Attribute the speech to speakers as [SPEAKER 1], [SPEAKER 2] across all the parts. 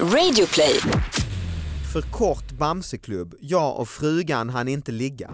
[SPEAKER 1] Radioplay.
[SPEAKER 2] För kort Bamseklubb, jag och frugan hann inte ligga.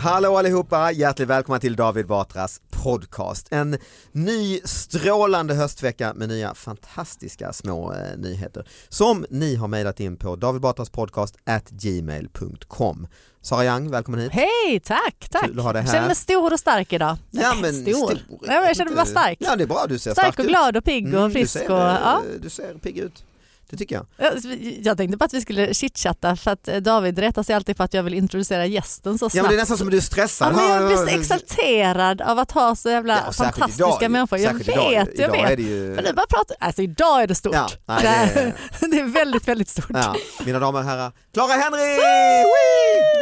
[SPEAKER 2] Hallå allihopa, hjärtligt välkomna till David Batras podcast. En ny strålande höstvecka med nya fantastiska små eh, nyheter som ni har mejlat in på davidbatraspodcast@gmail.com. Sara Young, välkommen hit.
[SPEAKER 3] Hej, tack, tack.
[SPEAKER 2] Kul att ha dig
[SPEAKER 3] Jag
[SPEAKER 2] här.
[SPEAKER 3] känner mig stor och stark idag.
[SPEAKER 2] Ja, men
[SPEAKER 3] stor.
[SPEAKER 2] stor.
[SPEAKER 3] Nej, men jag känner mig bara stark.
[SPEAKER 2] Ja det är bra, du ser stark, Mm,
[SPEAKER 3] stark och glad och pigg och frisk.
[SPEAKER 2] du, ser,
[SPEAKER 3] och, ja.
[SPEAKER 2] eh, du ser pigg ut, det tycker jag.
[SPEAKER 3] Jag- Jag tänkte bara att vi skulle chitchatta för att eh, David rättar sig alltid på att jag vill introducera gästen så snabbt.
[SPEAKER 2] Ja men det är nästan som att du är stressad.
[SPEAKER 3] Ja, men jag blir så exalterad av att ha så jävla
[SPEAKER 2] Ja, och särskilt
[SPEAKER 3] fantastiska
[SPEAKER 2] idag,
[SPEAKER 3] människor. Jag vet,
[SPEAKER 2] särskilt idag,
[SPEAKER 3] jag
[SPEAKER 2] idag
[SPEAKER 3] vet.
[SPEAKER 2] Är det ju...
[SPEAKER 3] Men du bara pratar, alltså idag är det stort.
[SPEAKER 2] Ja, nej,
[SPEAKER 3] det,
[SPEAKER 2] det
[SPEAKER 3] är... det är väldigt, väldigt stort.
[SPEAKER 2] Ja, mina damer och herrar, Clara Henry!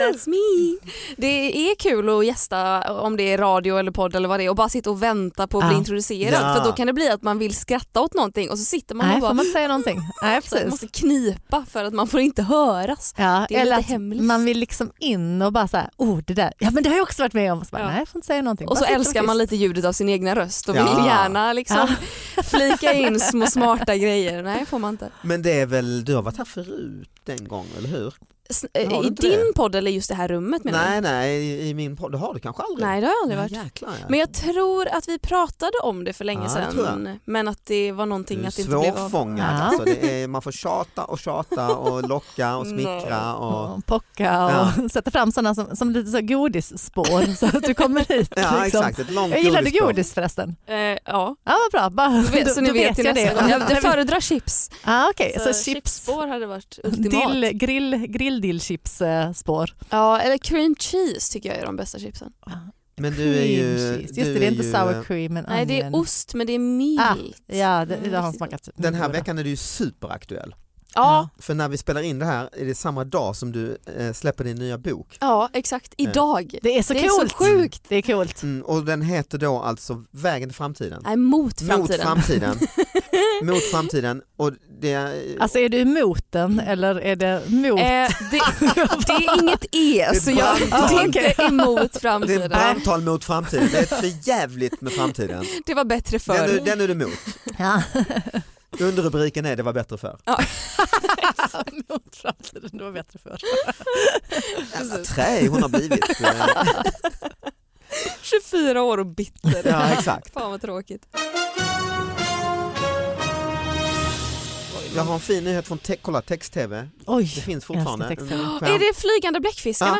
[SPEAKER 4] That's me. Det är kul att gästa om det är radio eller podd eller vad det är och bara sitta och vänta på att bli
[SPEAKER 3] Ja.
[SPEAKER 4] introducerad
[SPEAKER 2] Ja.
[SPEAKER 4] för då kan det bli att man vill skratta åt någonting och så sitter man
[SPEAKER 3] Nej,
[SPEAKER 4] och
[SPEAKER 3] får
[SPEAKER 4] bara
[SPEAKER 3] man inte säga någonting? Nej,
[SPEAKER 4] så man
[SPEAKER 3] precis.
[SPEAKER 4] måste knipa för att man får inte höras.
[SPEAKER 3] Ja,
[SPEAKER 4] Det är
[SPEAKER 3] eller
[SPEAKER 4] lite
[SPEAKER 3] att
[SPEAKER 4] hemligt.
[SPEAKER 3] man vill liksom in och bara så här, oh det där, ja men det har jag också varit med om. Så bara,
[SPEAKER 4] Ja.
[SPEAKER 3] Nej, jag får inte säga någonting.
[SPEAKER 4] Och så
[SPEAKER 3] Bara sitta
[SPEAKER 4] älskar
[SPEAKER 3] tyst.
[SPEAKER 4] man lite ljudet av sin egna röst och vill
[SPEAKER 2] Ja.
[SPEAKER 4] gärna liksom flika in små smarta grejer. Nej får man inte.
[SPEAKER 2] Men det är väl, du har varit här förut en gång, eller hur?
[SPEAKER 4] S- eh,
[SPEAKER 2] Har du
[SPEAKER 4] I
[SPEAKER 2] inte
[SPEAKER 4] din
[SPEAKER 2] det?
[SPEAKER 4] podd eller just det här rummet menar
[SPEAKER 2] Nej,
[SPEAKER 4] du?
[SPEAKER 2] nej, i- i min podd, det har du kanske aldrig?
[SPEAKER 4] Nej det har jag aldrig
[SPEAKER 2] Ja,
[SPEAKER 4] varit.
[SPEAKER 2] jäklar, ja.
[SPEAKER 4] Men jag tror att vi pratade om det för länge
[SPEAKER 2] Ja, det tror jag.
[SPEAKER 4] sedan men att det var
[SPEAKER 2] Du
[SPEAKER 4] någonting
[SPEAKER 2] är
[SPEAKER 4] att det inte blev av.
[SPEAKER 2] svårfångad,
[SPEAKER 3] Ja.
[SPEAKER 2] alltså, det är, man får tjata och tjata och locka och smickra och...
[SPEAKER 3] Och pocka och sätta fram sådana som, som lite så godisspår så att du kommer hit.
[SPEAKER 2] Ja
[SPEAKER 3] liksom.
[SPEAKER 2] exakt, ett långt
[SPEAKER 3] Jag gillade
[SPEAKER 2] godisspår.
[SPEAKER 3] godis förresten.
[SPEAKER 4] Eh, ja.
[SPEAKER 3] Ja vad bra, bara,
[SPEAKER 4] Så vet- så ni vet ju nästa gång. Jag, jag föredrar chips.
[SPEAKER 3] ah, Okej, så, chips.
[SPEAKER 4] Chipsspår hade varit ultimat.
[SPEAKER 3] Dill, grill, grill dill chips eh, spår.
[SPEAKER 4] Ja, eller cream cheese tycker jag är de bästa chipsen.
[SPEAKER 2] Men du är ju...
[SPEAKER 3] Cream cheese. Just
[SPEAKER 2] du
[SPEAKER 3] det, det är inte
[SPEAKER 2] ju, eh,
[SPEAKER 3] sour cream and
[SPEAKER 4] Nej, det är
[SPEAKER 3] onion.
[SPEAKER 4] ost men det är
[SPEAKER 3] Ah,
[SPEAKER 4] milt.
[SPEAKER 3] Ja, det,
[SPEAKER 4] Nej,
[SPEAKER 3] det har han
[SPEAKER 4] precis.
[SPEAKER 3] smakat. Mm.
[SPEAKER 2] Den här
[SPEAKER 3] mycket bra.
[SPEAKER 2] veckan är du ju superaktuell.
[SPEAKER 4] Ja,
[SPEAKER 2] För när vi spelar in det här är det samma dag som du eh, släpper din nya bok.
[SPEAKER 4] ja, exakt. Idag.
[SPEAKER 3] Det är så
[SPEAKER 4] Det är så
[SPEAKER 3] coolt. sjukt. Det är coolt.
[SPEAKER 2] Mm, och den heter då alltså Vägen till framtiden.
[SPEAKER 3] Äh,
[SPEAKER 4] Nej, mot
[SPEAKER 2] Mot
[SPEAKER 4] framtiden.
[SPEAKER 2] framtiden. Mot framtiden. Och det,
[SPEAKER 3] Alltså är du emot den eller är det mot?
[SPEAKER 4] Eh, det, det är inget E,
[SPEAKER 2] är
[SPEAKER 4] så jag
[SPEAKER 2] brandtal.
[SPEAKER 4] det är inte emot
[SPEAKER 2] det är ett
[SPEAKER 4] framtiden.
[SPEAKER 2] brandtal mot framtiden. Det är ett förjävligt med framtiden.
[SPEAKER 4] Det var bättre
[SPEAKER 2] Den
[SPEAKER 4] förr.
[SPEAKER 2] är, den är du emot.
[SPEAKER 3] Ja.
[SPEAKER 2] Underrubriken är Det var bättre förr.
[SPEAKER 3] alltså, mot framtiden, det var bättre förr.
[SPEAKER 2] Jävla trä hon har blivit. Eh,
[SPEAKER 4] 24 år och bitter.
[SPEAKER 2] Ja exakt.
[SPEAKER 4] Fan vad tråkigt.
[SPEAKER 2] Jag har en fin nyhet från te- kolla, text-tv. Det
[SPEAKER 3] Oj,
[SPEAKER 2] finns
[SPEAKER 3] jag älskar
[SPEAKER 2] fortfarande.
[SPEAKER 3] text-tv.
[SPEAKER 2] Mm, skärm.
[SPEAKER 4] Är det flygande bläckfiskarna?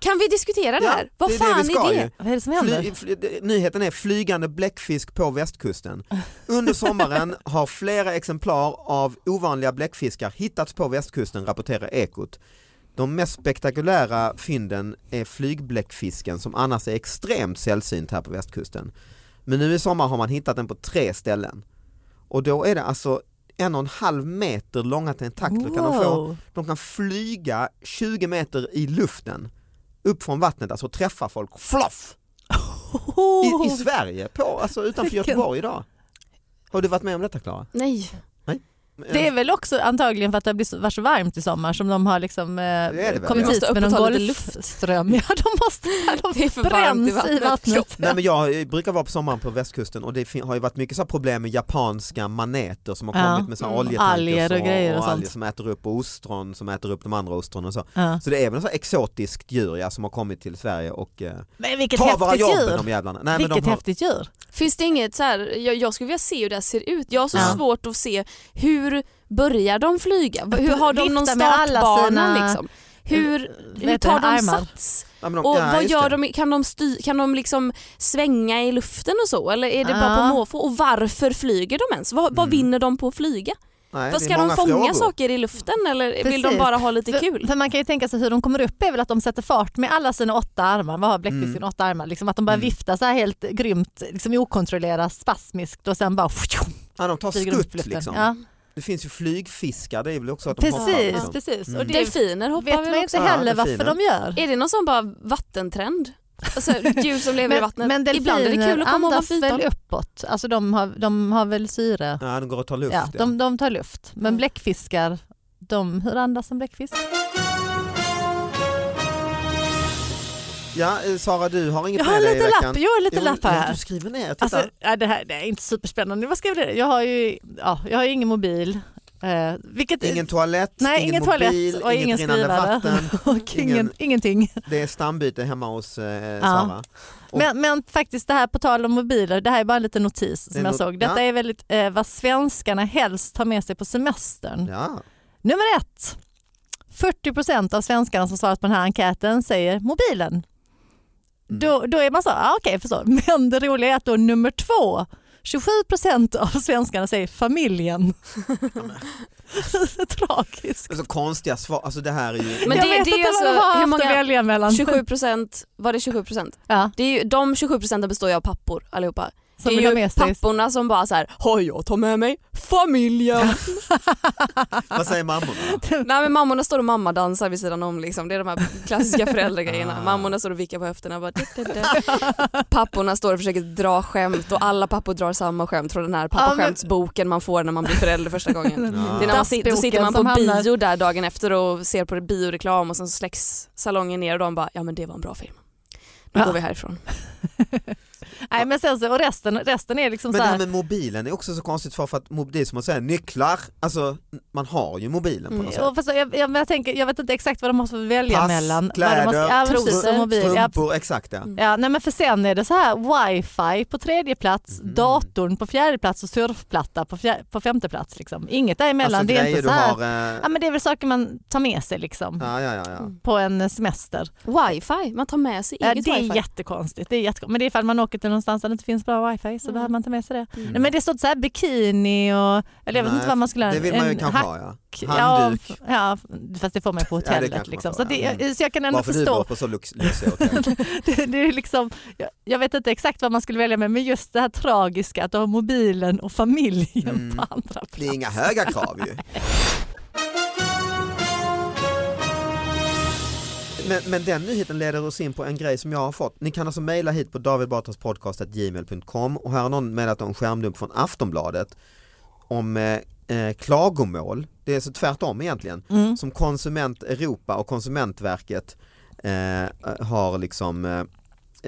[SPEAKER 4] Kan vi diskutera det
[SPEAKER 2] Ja,
[SPEAKER 4] här? vad
[SPEAKER 2] det är det vi
[SPEAKER 4] fan
[SPEAKER 2] ska
[SPEAKER 4] är
[SPEAKER 2] ju.
[SPEAKER 4] det?
[SPEAKER 3] vad är det som händer?
[SPEAKER 2] Fly, fly, det- nyheten är flygande bläckfisk på västkusten. Under sommaren har flera exemplar av ovanliga bläckfiskar hittats på västkusten, rapporterar Ekot. De mest spektakulära fynden är flygbläckfisken som annars är extremt sällsynt här på västkusten. Men nu i sommar har man hittat den på tre ställen. Och då är det alltså en och en halv meter långa tentakler kan de få
[SPEAKER 3] Wow.
[SPEAKER 2] de kan flyga 20 meter i luften upp från vattnet, alltså träffa folk, floff! I, I Sverige, på, alltså utanför
[SPEAKER 3] Oh. Vilken-
[SPEAKER 2] Göteborg idag. Har du varit med om detta Klara?
[SPEAKER 4] Nej.
[SPEAKER 3] Det är väl också antagligen för att det har blivit så, varit så varmt i sommar som de har liksom, eh,
[SPEAKER 2] det väl,
[SPEAKER 3] kommit
[SPEAKER 2] ja.
[SPEAKER 3] hit
[SPEAKER 4] Måste
[SPEAKER 3] med någon
[SPEAKER 4] uppta lite
[SPEAKER 3] golfström. Ja, de måste,
[SPEAKER 4] Det
[SPEAKER 3] de
[SPEAKER 4] är för varmt i
[SPEAKER 3] bränns i
[SPEAKER 4] vattnet.
[SPEAKER 3] vattnet.
[SPEAKER 2] Nej men jag eh, brukar vara på sommaren på västkusten och det fin- har ju varit mycket så här problem med japanska maneter som har
[SPEAKER 3] Ja.
[SPEAKER 2] kommit med så här
[SPEAKER 4] Mm,
[SPEAKER 2] oljetankers
[SPEAKER 3] alger och grejer och
[SPEAKER 2] och alger
[SPEAKER 3] sånt.
[SPEAKER 2] som äter upp och ostron som äter upp de andra ostronen och så.
[SPEAKER 3] Ja.
[SPEAKER 2] Så det är väl något så här exotiskt djur ja, som har kommit till Sverige och eh,
[SPEAKER 3] Men vilket
[SPEAKER 2] tar våra
[SPEAKER 3] häftigt
[SPEAKER 2] jobb
[SPEAKER 3] djur.
[SPEAKER 2] de jävlarna. Nej, men
[SPEAKER 3] vilket
[SPEAKER 2] de har,
[SPEAKER 3] häftigt djur.
[SPEAKER 4] Finns det inget så här, jag, jag skulle vilja se hur det här ser ut. Jag har så
[SPEAKER 3] Ja.
[SPEAKER 4] svårt att se hur börjar de flyga? Hur har de någon
[SPEAKER 3] Vifta med alla
[SPEAKER 4] startbana
[SPEAKER 3] sina-
[SPEAKER 4] liksom? Hur, hur
[SPEAKER 3] Vet du,
[SPEAKER 4] tar de
[SPEAKER 3] armar?
[SPEAKER 4] sats?
[SPEAKER 2] Ja, men de-
[SPEAKER 4] Och
[SPEAKER 2] ja,
[SPEAKER 4] vad
[SPEAKER 2] just
[SPEAKER 4] gör
[SPEAKER 2] det.
[SPEAKER 4] de? Kan de, sty, kan de liksom svänga i luften och så? Eller är det bara på
[SPEAKER 3] Ja.
[SPEAKER 4] måfå? Och varför flyger de ens? Vad, vad
[SPEAKER 2] Mm.
[SPEAKER 4] vinner de på att flyga?
[SPEAKER 2] Nej,
[SPEAKER 4] Vad
[SPEAKER 2] det är
[SPEAKER 4] ska de
[SPEAKER 2] många
[SPEAKER 4] fånga
[SPEAKER 2] frågor.
[SPEAKER 4] saker i luften eller vill de
[SPEAKER 3] Precis.
[SPEAKER 4] bara ha lite
[SPEAKER 3] För-
[SPEAKER 4] kul?
[SPEAKER 3] För man kan ju tänka sig hur de kommer upp är väl att de sätter fart med alla sina åtta armar. Vad har bläckfisken åtta armar? Liksom att de bara
[SPEAKER 2] Mm.
[SPEAKER 3] viftar så här helt grymt, liksom okontrollerat, spasmiskt och sen bara tjum,
[SPEAKER 2] Ja, de tar
[SPEAKER 3] flyger de upp i
[SPEAKER 2] skutt
[SPEAKER 3] luften.
[SPEAKER 2] liksom.
[SPEAKER 3] Ja.
[SPEAKER 2] Det finns ju flygfiskar, det är väl också att de hoppar.
[SPEAKER 3] Precis,
[SPEAKER 2] liksom.
[SPEAKER 3] precis. Och
[SPEAKER 2] Mm.
[SPEAKER 3] det
[SPEAKER 4] Delfiner hoppar
[SPEAKER 3] vet
[SPEAKER 4] väl
[SPEAKER 3] man ju
[SPEAKER 4] också?
[SPEAKER 3] inte heller
[SPEAKER 2] Ja,
[SPEAKER 3] varför
[SPEAKER 2] delfiner.
[SPEAKER 3] de gör.
[SPEAKER 4] Är det någon sån bara vattentrend? Alltså djur som lever i vattnet.
[SPEAKER 3] men
[SPEAKER 4] Ibland är det kul att komma
[SPEAKER 3] andas
[SPEAKER 4] ovanför ytan.
[SPEAKER 3] väl uppåt? Alltså de har, de har väl syre?
[SPEAKER 2] Ja, de går och tar luft.
[SPEAKER 3] ja,
[SPEAKER 2] ja.
[SPEAKER 3] de, de tar luft.
[SPEAKER 4] Mm.
[SPEAKER 3] Men bläckfiskar, de, hur andas en bläckfisk?
[SPEAKER 2] Ja, eh, Sara du har inget
[SPEAKER 3] Jag har
[SPEAKER 2] med
[SPEAKER 3] en
[SPEAKER 2] dig i
[SPEAKER 3] liten
[SPEAKER 2] veckan.
[SPEAKER 3] lapp, jag har en liten
[SPEAKER 2] Jo,
[SPEAKER 3] lapp här.
[SPEAKER 2] Ja, du skriver ner, titta.
[SPEAKER 3] Alltså, ja, det här det är inte superspännande. Vad ska jag, göra? jag har ju ja, jag har ju ingen mobil. Eh, vilket,
[SPEAKER 2] ingen toalett,
[SPEAKER 3] nej,
[SPEAKER 2] ingen,
[SPEAKER 3] ingen
[SPEAKER 2] mobil,
[SPEAKER 3] toalett och
[SPEAKER 2] inget
[SPEAKER 3] ingen
[SPEAKER 2] rinnande
[SPEAKER 3] skrivare.
[SPEAKER 2] vatten.
[SPEAKER 3] och ingen,
[SPEAKER 2] ingen-
[SPEAKER 3] ingenting.
[SPEAKER 2] Det är stambyte hemma hos eh, Sara. Och-
[SPEAKER 3] Men, men faktiskt det här på tal om mobiler, det här är bara en liten notis
[SPEAKER 2] Det är
[SPEAKER 3] som jag
[SPEAKER 2] no-
[SPEAKER 3] såg. Detta
[SPEAKER 2] ja.
[SPEAKER 3] är väldigt eh, vad svenskarna helst tar med sig på semestern.
[SPEAKER 2] Ja. Mm.
[SPEAKER 3] Nummer ett. 40 av svenskarna som svarat på den här enkäten säger mobilen. Då, då är man så, ah, okej förstår. Men det roliga är att då nummer två, 27 av svenskarna säger familjen. Tragiskt.
[SPEAKER 2] Alltså, konstiga svar, alltså det här är ju...
[SPEAKER 4] Men
[SPEAKER 3] jag
[SPEAKER 4] det-
[SPEAKER 3] vet
[SPEAKER 4] det är
[SPEAKER 3] inte
[SPEAKER 4] alltså-
[SPEAKER 3] vad de har
[SPEAKER 4] hur
[SPEAKER 3] haft
[SPEAKER 4] många-
[SPEAKER 3] att välja mellan.
[SPEAKER 4] 27 procent, var det 27 procent?
[SPEAKER 3] Ja,
[SPEAKER 4] Det är ju, de 27 procenten består ju av pappor allihopa.
[SPEAKER 3] som
[SPEAKER 4] det
[SPEAKER 3] vill ha
[SPEAKER 4] är ju
[SPEAKER 3] med sig.
[SPEAKER 4] papporna som bara så här, har jag tar med mig familjen.
[SPEAKER 2] Vad säger mammorna?
[SPEAKER 4] Nej men mammorna står och mammadansar vid sidan om liksom. Det är de här klassiska föräldragrejerna.
[SPEAKER 2] Ah.
[SPEAKER 4] Mammorna står och vickar på höfterna. och Bara, dit, dit, dit. Papporna står och försöker dra skämt och alla pappor drar samma skämt från den här pappaskämtsboken man får när man blir förälder första gången. Det är när man sit, då sitter man på
[SPEAKER 3] Som hamnar-
[SPEAKER 4] bio där dagen efter och ser på bioreklam och sen så släcks salongen ner och de bara ja men det var en bra film. Nu
[SPEAKER 3] Ja.
[SPEAKER 4] går vi härifrån.
[SPEAKER 3] Nej, men sen så, och resten, resten är liksom
[SPEAKER 2] Men det
[SPEAKER 3] så
[SPEAKER 2] här
[SPEAKER 3] här,
[SPEAKER 2] med mobilen är också så konstigt för, för att mo- det är som att säga nycklar, alltså man har ju mobilen på något sätt.
[SPEAKER 3] Mm, och fast, jag, jag, men jag, tänker, jag vet inte exakt vad de måste välja
[SPEAKER 2] Pass,
[SPEAKER 3] mellan.
[SPEAKER 2] kläder,
[SPEAKER 3] vad de måste, ja, precis,
[SPEAKER 2] strumpor,
[SPEAKER 3] och mobil. Ja,
[SPEAKER 2] Strumpor, exakt ja.
[SPEAKER 3] Ja, nej men för sen är det så här wifi på tredje plats,
[SPEAKER 2] Mm.
[SPEAKER 3] datorn på fjärde plats och surfplatta på, fjär, på femte plats. Liksom. Inget däremellan.
[SPEAKER 2] Alltså
[SPEAKER 3] det är
[SPEAKER 2] grejer
[SPEAKER 3] inte
[SPEAKER 2] du
[SPEAKER 3] så här.
[SPEAKER 2] har... eh,
[SPEAKER 3] Ja, men det är väl saker man tar med sig liksom,
[SPEAKER 2] Ja, ja, Mm. ja, ja.
[SPEAKER 3] på en semester.
[SPEAKER 4] Wifi, man tar med sig
[SPEAKER 3] Ja,
[SPEAKER 4] eget
[SPEAKER 3] det är
[SPEAKER 4] wifi.
[SPEAKER 3] jättekonstigt. Det är jättekonstigt. Men det är ifall man åker till någonstans där det inte finns bra wifi så
[SPEAKER 4] Mm.
[SPEAKER 3] behöver man ta med sig det.
[SPEAKER 4] Mm.
[SPEAKER 3] Nej, men det står så här bikini och eller jag vet
[SPEAKER 2] Nej,
[SPEAKER 3] inte vad man skulle ha.
[SPEAKER 2] Det vill man ju
[SPEAKER 3] en
[SPEAKER 2] kanske
[SPEAKER 3] hack-
[SPEAKER 2] ha ja.
[SPEAKER 3] Ja,
[SPEAKER 2] Handduk.
[SPEAKER 3] ja, fast det får man ju på
[SPEAKER 2] det
[SPEAKER 3] hotellet.
[SPEAKER 2] kanske man
[SPEAKER 3] liksom.
[SPEAKER 2] får,
[SPEAKER 3] så, att det,
[SPEAKER 2] ja. Mm.
[SPEAKER 3] så jag kan ändå
[SPEAKER 2] Varför du bor
[SPEAKER 3] förstå.
[SPEAKER 2] på så lux- lyxiga hotell.
[SPEAKER 3] Det, det är liksom, jag, jag vet inte exakt vad man skulle välja med men just det här tragiska att ha mobilen och familjen
[SPEAKER 2] Mm.
[SPEAKER 3] på andra plats.
[SPEAKER 2] Det är inga höga krav ju. Men, men den nyheten leder oss in på en grej som jag har fått. Ni kan alltså mejla hit på davidbatraspodcast.gmail.com och här har någon mejlat om skärmdump från Aftonbladet om eh, eh, klagomål. Det är så tvärtom egentligen.
[SPEAKER 3] Mm.
[SPEAKER 2] Som Konsument Europa och Konsumentverket eh, har liksom eh,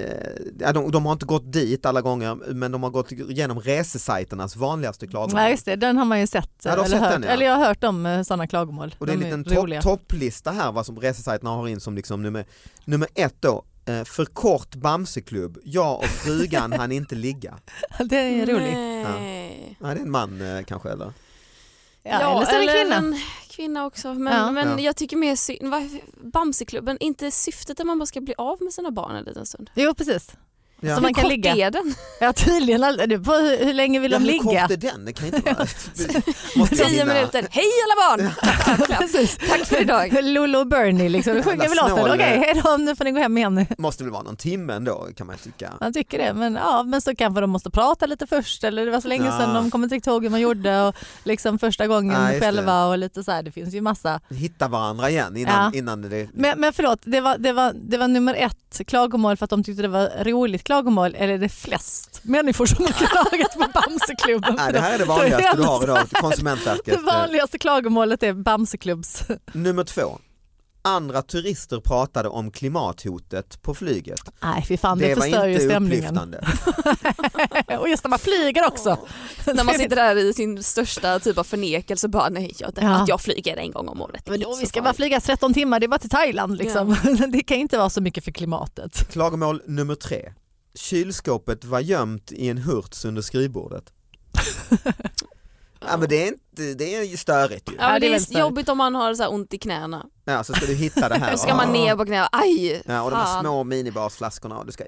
[SPEAKER 2] eh, ja, de, de har inte gått dit alla gånger men de har gått igenom resesajternas vanligaste klagomål.
[SPEAKER 3] Ja, Mm. just det, den har man ju sett.
[SPEAKER 2] Ja, du har
[SPEAKER 3] eller,
[SPEAKER 2] sett
[SPEAKER 3] hört,
[SPEAKER 2] den, ja.
[SPEAKER 3] eller jag har hört om sådana klagomål.
[SPEAKER 2] Och det är en
[SPEAKER 3] De
[SPEAKER 2] liten
[SPEAKER 3] roliga.
[SPEAKER 2] topp, topplista här vad som resesajterna har in som liksom nummer, nummer ett då. eh, För kort Bamseklubb, jag och frugan han inte ligga.
[SPEAKER 3] Det är roligt.
[SPEAKER 4] Nej.
[SPEAKER 2] Ja, det är en man eh, kanske eller?
[SPEAKER 3] Ja, eller så är det en kvinna.
[SPEAKER 4] en kvinna också. Men,
[SPEAKER 3] Ja.
[SPEAKER 4] men
[SPEAKER 2] Ja.
[SPEAKER 4] jag tycker mer synd, varför- Bamseklubben, inte syftet att man bara ska bli av med sina barn en liten stund.
[SPEAKER 3] Jo precis.
[SPEAKER 2] Ja.
[SPEAKER 3] Så man kan
[SPEAKER 4] Kort
[SPEAKER 3] ligga.
[SPEAKER 4] är den?
[SPEAKER 3] Ja, tydligen, aldrig- du, på, hur, hur länge vill
[SPEAKER 2] ja,
[SPEAKER 3] de
[SPEAKER 2] hur
[SPEAKER 3] ligga?
[SPEAKER 2] kort är den? Det kan inte vara... Måste jag
[SPEAKER 4] Tio
[SPEAKER 2] hinna-
[SPEAKER 4] minuter. Hej alla barn! Tack, tack, tack.
[SPEAKER 3] Precis.
[SPEAKER 4] tack för idag.
[SPEAKER 3] Lolo och Bernie liksom, du sjunger
[SPEAKER 2] Jävla
[SPEAKER 3] väl låten?
[SPEAKER 2] snål.
[SPEAKER 3] Okej, hejdå, nu får ni gå hem igen.
[SPEAKER 2] Måste väl vara någon timme ändå kan man tycka.
[SPEAKER 3] Man tycker det, men, ja, men så kanske de måste prata lite först eller det var så länge
[SPEAKER 2] Ja.
[SPEAKER 3] sedan de kommer inte riktigt ihåg hur man gjorde och liksom första gången
[SPEAKER 2] Ja, just det.
[SPEAKER 3] själva och lite så här, det finns ju massa.
[SPEAKER 2] Hitta varandra igen innan,
[SPEAKER 3] Ja.
[SPEAKER 2] innan det...
[SPEAKER 3] Men, men förlåt, det var, det, var, det var nummer ett klagomål för att de tyckte det var roligt klagomål eller är det flest människor som har klagat på Bamseklubben?
[SPEAKER 2] Nej, det här är det vanligaste du har idag, Konsumentverket. Eh,
[SPEAKER 3] Det vanligaste klagomålet är Bamseklubbs.
[SPEAKER 2] Nummer två. Andra turister pratade om klimathotet på flyget.
[SPEAKER 3] Nej fy fan, det,
[SPEAKER 2] det var
[SPEAKER 3] förstör ju
[SPEAKER 2] inte
[SPEAKER 3] stämningen.
[SPEAKER 2] upplyftande.
[SPEAKER 3] och just när man flyger också.
[SPEAKER 4] När man sitter där i sin största typ av förnekelse bara nej, jag,
[SPEAKER 3] Ja.
[SPEAKER 4] att jag flyger en gång om året. Liksom. det är
[SPEAKER 3] Men då,
[SPEAKER 4] inte
[SPEAKER 3] vi
[SPEAKER 4] så
[SPEAKER 3] ska bara
[SPEAKER 4] farligt.
[SPEAKER 3] flyga 13 timmar, det är bara till Thailand. Liksom. Det kan inte vara så mycket för klimatet.
[SPEAKER 2] Klagomål nummer tre. Kylskåpet var gömt i en hurts under skrivbordet. Ja, men det är, inte, det är ju störigt ju.
[SPEAKER 4] Ja, men
[SPEAKER 3] Ja, det
[SPEAKER 4] det
[SPEAKER 3] är
[SPEAKER 4] är
[SPEAKER 3] väldigt störigt.
[SPEAKER 4] jobbigt om man har så här ont i knäna.
[SPEAKER 2] Ja, så ska du hitta det här.
[SPEAKER 4] Då ska man ner på knäna, aj!
[SPEAKER 2] Ja, och de här
[SPEAKER 4] fan.
[SPEAKER 2] små minibasflaskorna och du ska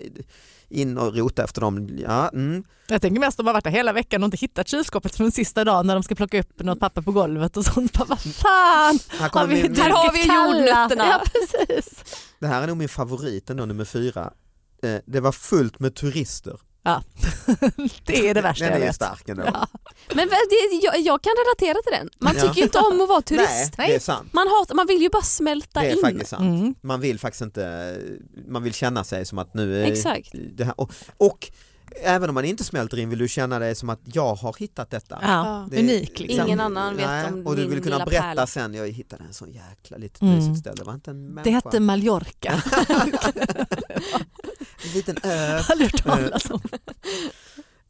[SPEAKER 2] in och rota efter dem. Ja, mm.
[SPEAKER 3] Jag tänker mest att de har varit där hela veckan och inte hittat kylskåpet från sista dagen när de ska plocka upp något papper på golvet och sånt. Bara, vad fan!
[SPEAKER 2] här kommer
[SPEAKER 3] vi
[SPEAKER 2] min,
[SPEAKER 4] Här
[SPEAKER 2] min,
[SPEAKER 4] har vi ju
[SPEAKER 3] Kalla.
[SPEAKER 4] jordnötterna.
[SPEAKER 3] Ja, precis.
[SPEAKER 2] det här är nog min favorit ändå, nummer fyra. Eh, Det var fullt med turister.
[SPEAKER 3] Det är det värsta
[SPEAKER 2] Den
[SPEAKER 3] jag
[SPEAKER 2] är ju
[SPEAKER 3] vet.
[SPEAKER 2] stark ändå.
[SPEAKER 3] Ja.
[SPEAKER 4] Men väl, det, jag, jag kan relatera till den. Man
[SPEAKER 2] Ja.
[SPEAKER 4] tycker ju inte om att vara turist.
[SPEAKER 2] Nej, det är sant.
[SPEAKER 4] Man, hatar, man vill ju bara smälta
[SPEAKER 2] Det är
[SPEAKER 4] in.
[SPEAKER 2] faktiskt sant.
[SPEAKER 3] Mm.
[SPEAKER 2] Man vill faktiskt inte, man vill känna sig som att nu är,
[SPEAKER 4] Exakt.
[SPEAKER 2] det här. Och, och även om man inte smälter in vill du känna dig som att jag har hittat detta.
[SPEAKER 3] Ja,
[SPEAKER 2] Det-
[SPEAKER 3] unik liksom.
[SPEAKER 4] Ingen annan vet om
[SPEAKER 2] Och du
[SPEAKER 4] min
[SPEAKER 2] vill kunna
[SPEAKER 4] lilla
[SPEAKER 2] berätta
[SPEAKER 4] pärla.
[SPEAKER 2] sen, jag hittade en sån jäkla litet
[SPEAKER 3] Mm.
[SPEAKER 2] mysigt ställe, det var inte en
[SPEAKER 3] Det
[SPEAKER 2] människa.
[SPEAKER 3] hette Mallorca.
[SPEAKER 2] liten ö.
[SPEAKER 3] Aldrig hört talas om.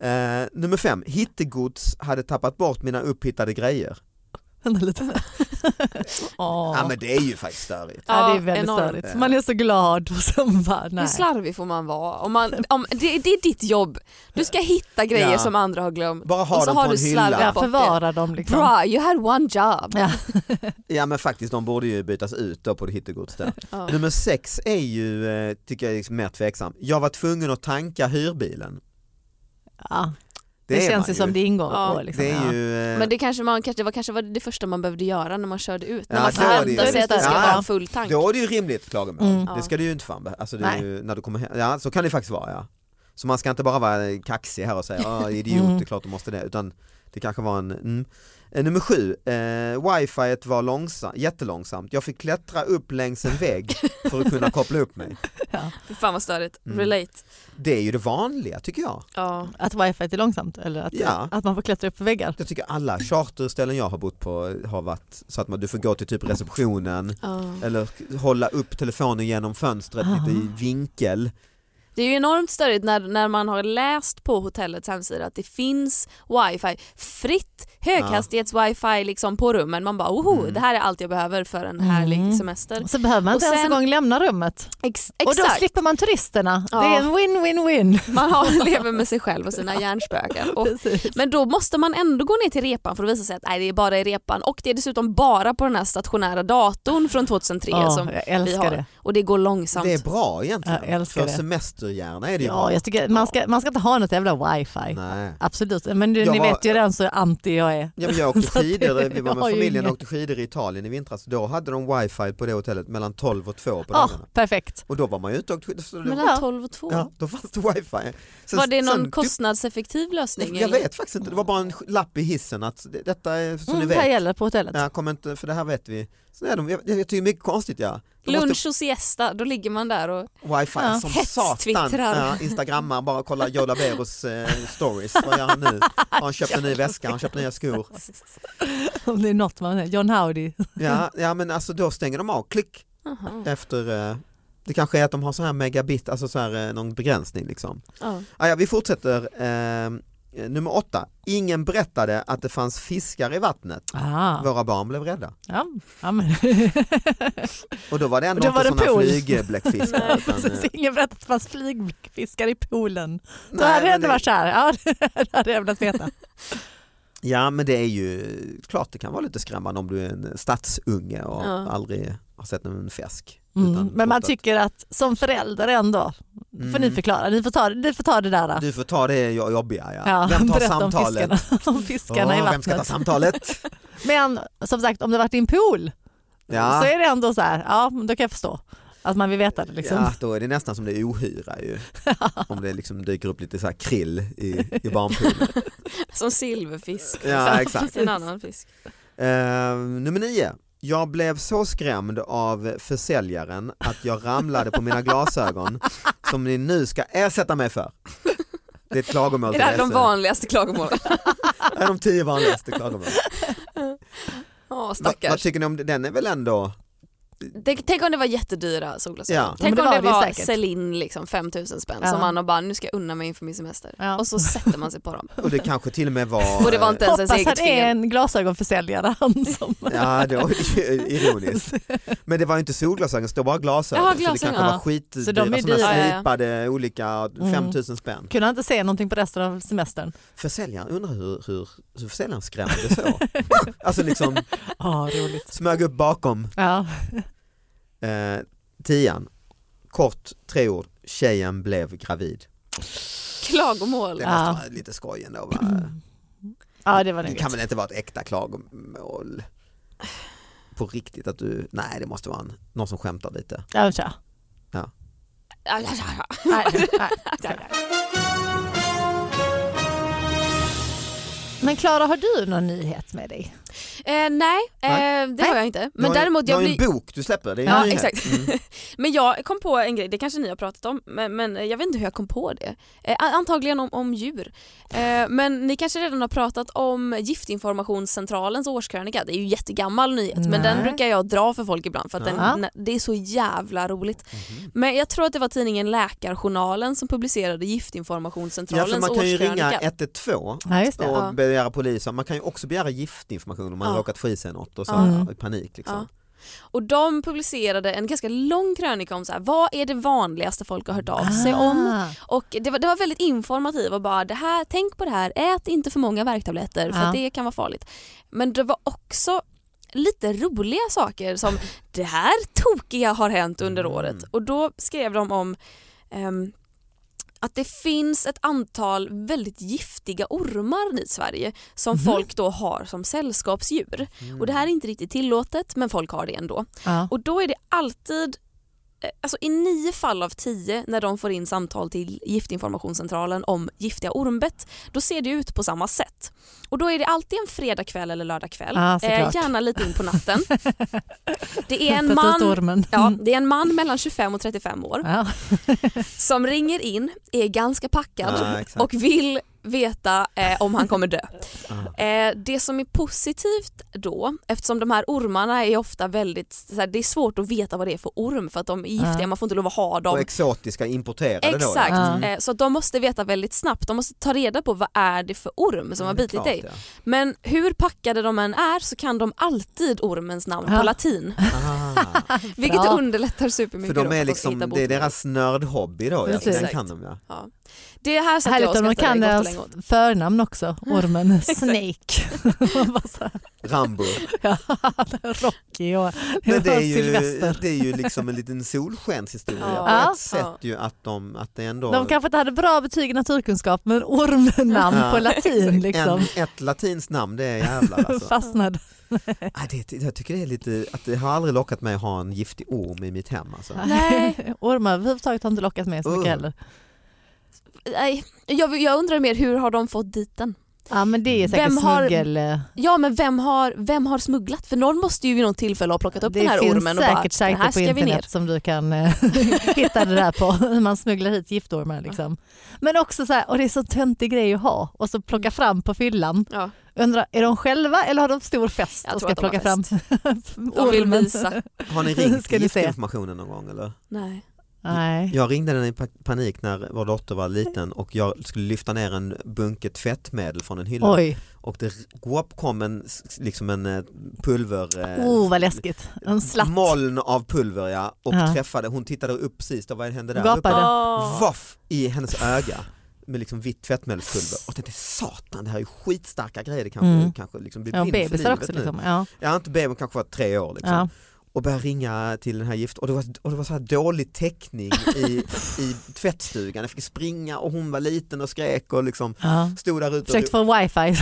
[SPEAKER 2] Eh, nummer fem, hittegods hade tappat bort mina upphittade grejer.
[SPEAKER 3] Den är lite...
[SPEAKER 2] Ja
[SPEAKER 3] Åh.
[SPEAKER 2] men det är ju faktiskt störigt.
[SPEAKER 3] Ja, det är
[SPEAKER 4] Ja,
[SPEAKER 3] väldigt
[SPEAKER 4] enormt.
[SPEAKER 3] störigt. Man är så glad och sen bara nej.
[SPEAKER 4] Hur slarvig får man vara? Om man, om, det, det är ditt jobb. Du ska hitta grejer
[SPEAKER 2] Ja.
[SPEAKER 4] som andra har glömt.
[SPEAKER 2] Bara ha
[SPEAKER 4] Och så
[SPEAKER 2] dem
[SPEAKER 4] har
[SPEAKER 2] på en
[SPEAKER 4] du slarvat.
[SPEAKER 2] hylla.
[SPEAKER 3] Ja,
[SPEAKER 4] bort det.
[SPEAKER 3] förvara dem liksom.
[SPEAKER 4] Bra, you had one job.
[SPEAKER 3] Ja.
[SPEAKER 2] Ja men faktiskt de borde ju bytas ut då på det hittegods där.
[SPEAKER 4] Ja.
[SPEAKER 2] Nummer sex är ju, eh, tycker jag är liksom mer tveksam. Jag var tvungen att tanka hyrbilen.
[SPEAKER 3] Ja, det,
[SPEAKER 2] är
[SPEAKER 3] känns
[SPEAKER 2] man
[SPEAKER 3] ju som det ingår.
[SPEAKER 4] Ja,
[SPEAKER 3] på, liksom.
[SPEAKER 2] Det är ju, eh,
[SPEAKER 4] Men det kanske, man, kanske, det var kanske var det första man behövde göra när man körde ut.
[SPEAKER 2] Ja,
[SPEAKER 4] när man
[SPEAKER 2] så var det ju.
[SPEAKER 4] förväntar sig att det ska
[SPEAKER 2] Ja,
[SPEAKER 4] vara
[SPEAKER 2] ja.
[SPEAKER 4] en full tank.
[SPEAKER 2] Då är det ju rimligt klagomål.
[SPEAKER 3] Mm.
[SPEAKER 2] Det ska du ju inte fan beh- alltså det är
[SPEAKER 3] Nej.
[SPEAKER 2] ju, när du kommer hem. Ja, så kan det faktiskt vara ja. Så man ska inte bara vara kaxig här och säga "Ah, idiot,
[SPEAKER 3] Mm.
[SPEAKER 2] det är klart du måste det. Utan det kanske var en, mm. Eh, Nummer sju, eh, wifiet var långsam, jättelångsamt. Jag fick klättra upp längs en vägg för att kunna koppla upp mig.
[SPEAKER 4] Fy fan vad störigt.
[SPEAKER 2] Mm.
[SPEAKER 4] Relate.
[SPEAKER 2] Det är ju det vanliga tycker jag.
[SPEAKER 4] Ja.
[SPEAKER 3] Att wifi är långsamt eller att,
[SPEAKER 2] Ja.
[SPEAKER 3] att man får klättra upp för väggar.
[SPEAKER 2] Jag tycker alla charterställen jag har bott på har varit så att man, du får gå till typ receptionen
[SPEAKER 4] Ja.
[SPEAKER 2] eller hålla upp telefonen genom fönstret lite
[SPEAKER 3] Ah.
[SPEAKER 2] i vinkel.
[SPEAKER 4] Det är ju enormt störigt när, när man har läst på hotellets hemsida att det finns wifi, fritt höghastighets-wifi liksom på rummen. Man bara oho,
[SPEAKER 2] Mm.
[SPEAKER 4] det här är allt jag behöver för en härlig
[SPEAKER 3] Mm.
[SPEAKER 4] semester.
[SPEAKER 3] Så behöver man
[SPEAKER 4] Och
[SPEAKER 3] inte ens en
[SPEAKER 4] sen-
[SPEAKER 3] gång lämna rummet.
[SPEAKER 4] Ex-
[SPEAKER 3] Och då
[SPEAKER 4] exakt,
[SPEAKER 3] slipper man turisterna.
[SPEAKER 4] Ja.
[SPEAKER 3] Det är en win-win-win.
[SPEAKER 4] man har, lever med sig själv och sina hjärnspöken. Och,
[SPEAKER 3] Precis.
[SPEAKER 4] men då måste man ändå gå ner till repan för att visa sig att nej, det är bara i repan och det är dessutom bara på den här stationära datorn från 2003
[SPEAKER 3] Ja,
[SPEAKER 4] som
[SPEAKER 3] jag
[SPEAKER 4] vi
[SPEAKER 3] älskar
[SPEAKER 4] har.
[SPEAKER 3] det.
[SPEAKER 4] Och det går långsamt.
[SPEAKER 2] Det är bra egentligen.
[SPEAKER 3] Jag älskar
[SPEAKER 2] För
[SPEAKER 3] det.
[SPEAKER 2] semesterhjärna är det ju
[SPEAKER 3] Ja,
[SPEAKER 2] bra.
[SPEAKER 3] jag tycker, man, ska, man ska inte ha något jävla wifi.
[SPEAKER 2] Nej.
[SPEAKER 3] Absolut, men du,
[SPEAKER 2] Jag
[SPEAKER 3] ni
[SPEAKER 2] var-
[SPEAKER 3] vet ju redan så anti jag är.
[SPEAKER 2] Ja, men jag åkte
[SPEAKER 3] Så att det-
[SPEAKER 2] skidor, vi var
[SPEAKER 3] jag
[SPEAKER 2] med
[SPEAKER 3] har ju
[SPEAKER 2] familjen och
[SPEAKER 3] ingen-
[SPEAKER 2] åkte skidor i Italien i vintras. Då hade de wifi på det hotellet mellan 12 och 2 på
[SPEAKER 3] Ja,
[SPEAKER 2] dagarna.
[SPEAKER 3] Ah, perfekt.
[SPEAKER 2] Och då var man ju ute och åkte skidor. så då-
[SPEAKER 4] Mellan
[SPEAKER 3] Ja.
[SPEAKER 4] 12 och 2.
[SPEAKER 2] Ja, då fanns det wifi. Sen,
[SPEAKER 4] Var det någon
[SPEAKER 2] sen- typ-
[SPEAKER 4] kostnadseffektiv lösning?
[SPEAKER 2] Jag vet faktiskt inte, det var bara en sk- lapp i hissen att det- detta är som
[SPEAKER 3] Mm,
[SPEAKER 2] ni
[SPEAKER 3] det här
[SPEAKER 2] vet.
[SPEAKER 3] gäller på hotellet.
[SPEAKER 2] Ja, kom inte, för det här vet vi. Så är de, jag, jag tycker det är mycket konstigt ja. De måste-
[SPEAKER 4] Lunch och siesta, då ligger man där och
[SPEAKER 2] Wifi
[SPEAKER 3] Ja.
[SPEAKER 2] som satan.
[SPEAKER 4] Hetstwittrar.
[SPEAKER 2] Ja, Instagrammar, bara kolla Joe Laberos eh, stories. Vad gör han nu? Har han köpt en ny väska? Har han köpt nya skor?
[SPEAKER 3] Om det är något man John Howdy.
[SPEAKER 2] Ja, ja men alltså då stänger de av, klick
[SPEAKER 4] Aha.
[SPEAKER 2] efter eh, det kanske är att de har så här megabit, alltså så här, eh, någon begränsning liksom.
[SPEAKER 4] Ja.
[SPEAKER 2] Ah, ja, vi fortsätter. Eh, nummer åtta. Ingen berättade att det fanns fiskar i vattnet.
[SPEAKER 3] Ah,
[SPEAKER 2] Våra barn blev rädda.
[SPEAKER 3] ja, ja, men.
[SPEAKER 2] Och då var det ändå
[SPEAKER 3] Och då var
[SPEAKER 2] inte
[SPEAKER 3] det pool.
[SPEAKER 2] sådana flygbläckfiskar.
[SPEAKER 4] Nej,
[SPEAKER 2] utan, eh,
[SPEAKER 3] Precis, ingen berättade att det fanns flygbläckfiskar i poolen. Då
[SPEAKER 2] nej,
[SPEAKER 3] hade jag
[SPEAKER 2] men
[SPEAKER 3] ändå
[SPEAKER 2] det-
[SPEAKER 3] varit så här, ja, det hade jag velat veta.
[SPEAKER 2] Ja men det är ju klart det kan vara lite skrämmande om du är en stadsunge och
[SPEAKER 4] Ja.
[SPEAKER 2] aldrig har sett en fisk.
[SPEAKER 3] Mm.
[SPEAKER 2] utan
[SPEAKER 3] Men man
[SPEAKER 2] fotat.
[SPEAKER 3] tycker att som förälder ändå, får ni
[SPEAKER 2] Mm.
[SPEAKER 3] förklara, ni får ta, ni får ta det där.
[SPEAKER 2] Du får ta det jo- jobbiga ja.
[SPEAKER 3] Ja,
[SPEAKER 2] vem tar
[SPEAKER 3] berätta om
[SPEAKER 2] samtalet?
[SPEAKER 3] fiskarna, om fiskarna i
[SPEAKER 2] Åh, vem ska ta
[SPEAKER 3] vattnet.
[SPEAKER 2] samtalet?
[SPEAKER 3] Men som sagt, om det varit din pool så
[SPEAKER 2] Ja.
[SPEAKER 3] är det ändå så här, ja då kan jag förstå att man vill veta det. Liksom.
[SPEAKER 2] ja, då är det nästan som det är ohyra ju. Om det liksom dyker upp lite så här krill i, i barnpoolen.
[SPEAKER 4] Som silverfisk.
[SPEAKER 2] Ja, exakt.
[SPEAKER 4] En annan fisk.
[SPEAKER 2] Eh, nummer nio. Jag blev så skrämd av försäljaren att jag ramlade på mina glasögon som ni nu ska ersätta mig för. Det är ett klagomål
[SPEAKER 4] Är det här de
[SPEAKER 2] SL.
[SPEAKER 4] vanligaste klagomålen?
[SPEAKER 2] är de tio vanligaste klagomålen.
[SPEAKER 4] Ja,
[SPEAKER 2] Va, vad
[SPEAKER 4] stackars.
[SPEAKER 2] tycker ni om det? Den är väl ändå,
[SPEAKER 4] Tänk, tänk om det var jättedyra solglasögon.
[SPEAKER 2] Ja. Ja,
[SPEAKER 3] men
[SPEAKER 4] Tänk
[SPEAKER 3] det
[SPEAKER 4] om
[SPEAKER 3] var
[SPEAKER 4] det
[SPEAKER 3] det ju
[SPEAKER 4] var
[SPEAKER 3] säkert.
[SPEAKER 4] Celine liksom 5000 spänn
[SPEAKER 3] Ja.
[SPEAKER 4] som man och bara nu ska jag unna mig inför min semester.
[SPEAKER 3] Ja.
[SPEAKER 4] Och så sätter man sig på dem.
[SPEAKER 2] och det kanske till och med var...
[SPEAKER 4] Och det var inte ens ens
[SPEAKER 3] Hoppas
[SPEAKER 4] eget
[SPEAKER 3] han är
[SPEAKER 4] fel.
[SPEAKER 3] en glasögonförsäljare han som...
[SPEAKER 2] Ja, det var ju ironiskt. Men det var ju inte solglasögon, det var bara glasögon.
[SPEAKER 4] Jaha,
[SPEAKER 2] Så det
[SPEAKER 4] glasögon,
[SPEAKER 2] kanske
[SPEAKER 3] ja.
[SPEAKER 2] var skitdyra,
[SPEAKER 3] Så de är
[SPEAKER 2] sådana
[SPEAKER 4] dyra, ja, Mm. ja.
[SPEAKER 2] slipade olika, 5000 spänn.
[SPEAKER 3] Kunde han inte se någonting på resten av semestern?
[SPEAKER 2] Försäljaren, undrar hur, hur, hur försäljaren skrämde så? alltså liksom
[SPEAKER 3] Ja, roligt.
[SPEAKER 2] smög upp bakom
[SPEAKER 3] Ja.
[SPEAKER 2] eh, tian. Kort, tre ord, tjejen blev gravid.
[SPEAKER 4] Klagomål.
[SPEAKER 2] Det
[SPEAKER 3] Ja.
[SPEAKER 2] måste vara lite skoj ändå
[SPEAKER 4] Mm.
[SPEAKER 2] va?
[SPEAKER 3] Mm. ja, det var
[SPEAKER 2] Det
[SPEAKER 3] nog
[SPEAKER 2] kan
[SPEAKER 3] kan...
[SPEAKER 2] väl inte vara ett äkta klagomål? På riktigt att du, nej det måste vara en, någon som skämtar lite.
[SPEAKER 3] Ja, men tja. Nej, nej, nej. Men Klara, har du någon nyhet med dig?
[SPEAKER 4] Eh, nej,
[SPEAKER 2] Nej.
[SPEAKER 4] Eh, det
[SPEAKER 3] Nej.
[SPEAKER 4] har jag inte.
[SPEAKER 2] Du
[SPEAKER 4] Men
[SPEAKER 2] har ju-
[SPEAKER 4] däremot,
[SPEAKER 2] du
[SPEAKER 4] jag
[SPEAKER 2] har ju
[SPEAKER 4] blir...
[SPEAKER 2] en bok du släpper, det är ju
[SPEAKER 4] Ja,
[SPEAKER 2] en nyhet.
[SPEAKER 4] exakt.
[SPEAKER 2] Mm.
[SPEAKER 4] Men jag kom på en grej, det kanske ni har pratat om, men, men jag vet inte hur jag kom på det. Eh, an- antagligen om, om djur. Eh, men ni kanske redan har pratat om Giftinformationscentralens årskrönika. Det är ju jättegammal nyhet, men den
[SPEAKER 3] Nej.
[SPEAKER 4] brukar jag dra för folk ibland för att den,
[SPEAKER 3] Ja.
[SPEAKER 4] nä- det är så jävla roligt.
[SPEAKER 2] Mhm.
[SPEAKER 4] Men jag tror att det var tidningen Läkarjournalen som publicerade
[SPEAKER 2] Ja,
[SPEAKER 4] Giftinformationscentralens
[SPEAKER 2] för man kan ju
[SPEAKER 4] årskrönika.
[SPEAKER 2] ringa 112
[SPEAKER 3] Ja, just det.
[SPEAKER 2] och
[SPEAKER 4] Ja.
[SPEAKER 2] begära polis. Man kan ju också begära giftinformation om man
[SPEAKER 4] Ja.
[SPEAKER 2] råkat få i sig något och så
[SPEAKER 4] Ja.
[SPEAKER 2] här, i panik. Liksom.
[SPEAKER 4] Och de publicerade en ganska lång krönika om så här, vad är det vanligaste folk har hört av sig om.
[SPEAKER 3] Ah.
[SPEAKER 4] Och det var, det var väldigt informativt och bara det här, tänk på det här, ät inte för många värktabletter för
[SPEAKER 3] Ja.
[SPEAKER 4] att det kan vara farligt. Men det var också lite roliga saker som det här tokiga har hänt under
[SPEAKER 2] Mm.
[SPEAKER 4] året och då skrev de om ehm, att det finns ett antal väldigt giftiga ormar i Sverige som folk då har som sällskapsdjur.
[SPEAKER 2] Mm.
[SPEAKER 4] Och det här är inte riktigt tillåtet men folk har det ändå.
[SPEAKER 3] Ja.
[SPEAKER 4] Och då är det alltid, eh, alltså i nio fall av tio när de får in samtal till Giftinformationscentralen om giftiga ormbett, då ser det ut på samma sätt. Och då är det alltid en fredagkväll eller lördagkväll, Eh,
[SPEAKER 3] Ah, såklart.
[SPEAKER 4] gärna lite in på natten. Det är en
[SPEAKER 3] Puttat ut
[SPEAKER 4] man
[SPEAKER 3] ormen. Mm.
[SPEAKER 4] Ja, det är en man mellan 25 och 35 år
[SPEAKER 3] Ja.
[SPEAKER 4] som ringer in, är alltså ganska packad
[SPEAKER 2] Ja, exakt.
[SPEAKER 4] och vill veta eh, om han kommer dö.
[SPEAKER 2] Ja.
[SPEAKER 4] Eh, det som är positivt då, eftersom de här ormarna är ofta väldigt, så här, det är svårt att veta vad det är för orm för att de är giftiga,
[SPEAKER 3] Ja.
[SPEAKER 4] man får inte lov att ha
[SPEAKER 2] Och
[SPEAKER 4] dem.
[SPEAKER 2] exotiska importerade då. liksom. Mm.
[SPEAKER 4] Exakt,
[SPEAKER 3] Ja.
[SPEAKER 4] eh, så att de måste veta väldigt snabbt, de måste ta reda på vad är det för orm som har bitit
[SPEAKER 2] Klart,
[SPEAKER 4] dig.
[SPEAKER 2] ja.
[SPEAKER 4] Men hur packade de än är så kan de alltid ormens namn
[SPEAKER 3] Ja.
[SPEAKER 4] på latin,
[SPEAKER 2] Ah,
[SPEAKER 4] vilket
[SPEAKER 3] Bra.
[SPEAKER 4] underlättar supermycket.
[SPEAKER 2] för
[SPEAKER 4] då
[SPEAKER 2] de är
[SPEAKER 4] att
[SPEAKER 2] liksom,
[SPEAKER 4] hitta bot
[SPEAKER 2] det är
[SPEAKER 4] på
[SPEAKER 2] deras nördhobby då, ja.
[SPEAKER 3] Precis.
[SPEAKER 2] den kan de ja.
[SPEAKER 4] Ja. Det här satt jag
[SPEAKER 3] Härligt
[SPEAKER 4] och
[SPEAKER 3] om de
[SPEAKER 4] skrattade
[SPEAKER 3] kan
[SPEAKER 4] gott och
[SPEAKER 3] deras
[SPEAKER 4] länge åt.
[SPEAKER 3] förnamn också, ormen Snake. Man bara så här,
[SPEAKER 2] Rambo.
[SPEAKER 3] ja, Rocky och
[SPEAKER 2] Men det är ju,
[SPEAKER 3] Sylvester.
[SPEAKER 2] det är ju liksom en liten solskenshistoria
[SPEAKER 4] Ja.
[SPEAKER 2] på
[SPEAKER 3] Ja.
[SPEAKER 2] ett sätt ju att de, att det ändå
[SPEAKER 3] De kanske inte hade bra betyg i naturkunskap men ormnamn
[SPEAKER 2] Ja.
[SPEAKER 3] på latin liksom.
[SPEAKER 2] en, ett latinskt namn det är jävlar alltså.
[SPEAKER 3] fastnade.
[SPEAKER 2] Ah, det, jag tycker det är lite, att det har aldrig lockat mig att ha en giftig orm i mitt hem alltså.
[SPEAKER 4] Nej.
[SPEAKER 3] Ormar överhuvudtaget har inte lockat mig så mycket
[SPEAKER 2] Uh.
[SPEAKER 3] heller.
[SPEAKER 4] Nej, jag, jag undrar mer hur har de fått dit den?
[SPEAKER 3] Ja men det är säkert
[SPEAKER 4] Vem har-
[SPEAKER 3] smuggel... eh,
[SPEAKER 4] Ja men vem har, vem har smugglat? För någon måste ju vid något tillfälle ha plockat upp
[SPEAKER 3] det
[SPEAKER 4] den här
[SPEAKER 3] finns
[SPEAKER 4] ormen och bara
[SPEAKER 3] säkert
[SPEAKER 4] den
[SPEAKER 3] sajter
[SPEAKER 4] här
[SPEAKER 3] på
[SPEAKER 4] ska vi ner.
[SPEAKER 3] internet som du kan eh, hitta det där på, hur man smugglar hit giftormar. Liksom. Men också så här, och det är så töntig grej att ha och så plocka
[SPEAKER 4] Mm.
[SPEAKER 3] fram på fyllan.
[SPEAKER 4] Ja,
[SPEAKER 3] Undrar, är de själva eller har de stor fest
[SPEAKER 4] Jag
[SPEAKER 3] och
[SPEAKER 4] tror
[SPEAKER 3] ska
[SPEAKER 4] att de har
[SPEAKER 3] plocka fram
[SPEAKER 4] de vill
[SPEAKER 3] ormen?
[SPEAKER 4] visa.
[SPEAKER 2] Har ni ringt
[SPEAKER 3] Ska
[SPEAKER 2] till
[SPEAKER 3] ni se.
[SPEAKER 2] giftinformationen någon gång eller?
[SPEAKER 4] Nej.
[SPEAKER 3] Nej.
[SPEAKER 2] Jag ringde den i pa- panik när vår dotter var liten och jag skulle lyfta ner en bunke tvättmedel från en hylla
[SPEAKER 3] Oj,
[SPEAKER 2] och det guap, kom en, s- liksom en eh, pulver, eh,
[SPEAKER 3] oh, vad läskigt. En slatt.
[SPEAKER 2] moln av pulver ja, och
[SPEAKER 3] Ja.
[SPEAKER 2] träffade, hon tittade upp precis, då, vad hände där
[SPEAKER 3] Gapade.
[SPEAKER 2] uppe?
[SPEAKER 4] Åh.
[SPEAKER 2] Vaff i hennes öga med liksom vitt tvättmedelspulver och jag tänkte satan det här är ju skitstarka grejer, det kanske,
[SPEAKER 3] Mm.
[SPEAKER 2] kanske liksom blir
[SPEAKER 3] Ja,
[SPEAKER 2] blind för
[SPEAKER 3] bebisar
[SPEAKER 2] livet
[SPEAKER 3] också.
[SPEAKER 2] nu.
[SPEAKER 3] Liksom. Ja.
[SPEAKER 2] Ja inte baby, hon kanske var tre år liksom.
[SPEAKER 3] Ja.
[SPEAKER 2] och började ringa till den här gift och det var, och det var så här dålig täckning i, i tvättstugan. Jag fick springa och hon var liten och skrek och liksom
[SPEAKER 3] Ja.
[SPEAKER 2] stod där ute och
[SPEAKER 3] Försökt få wifi.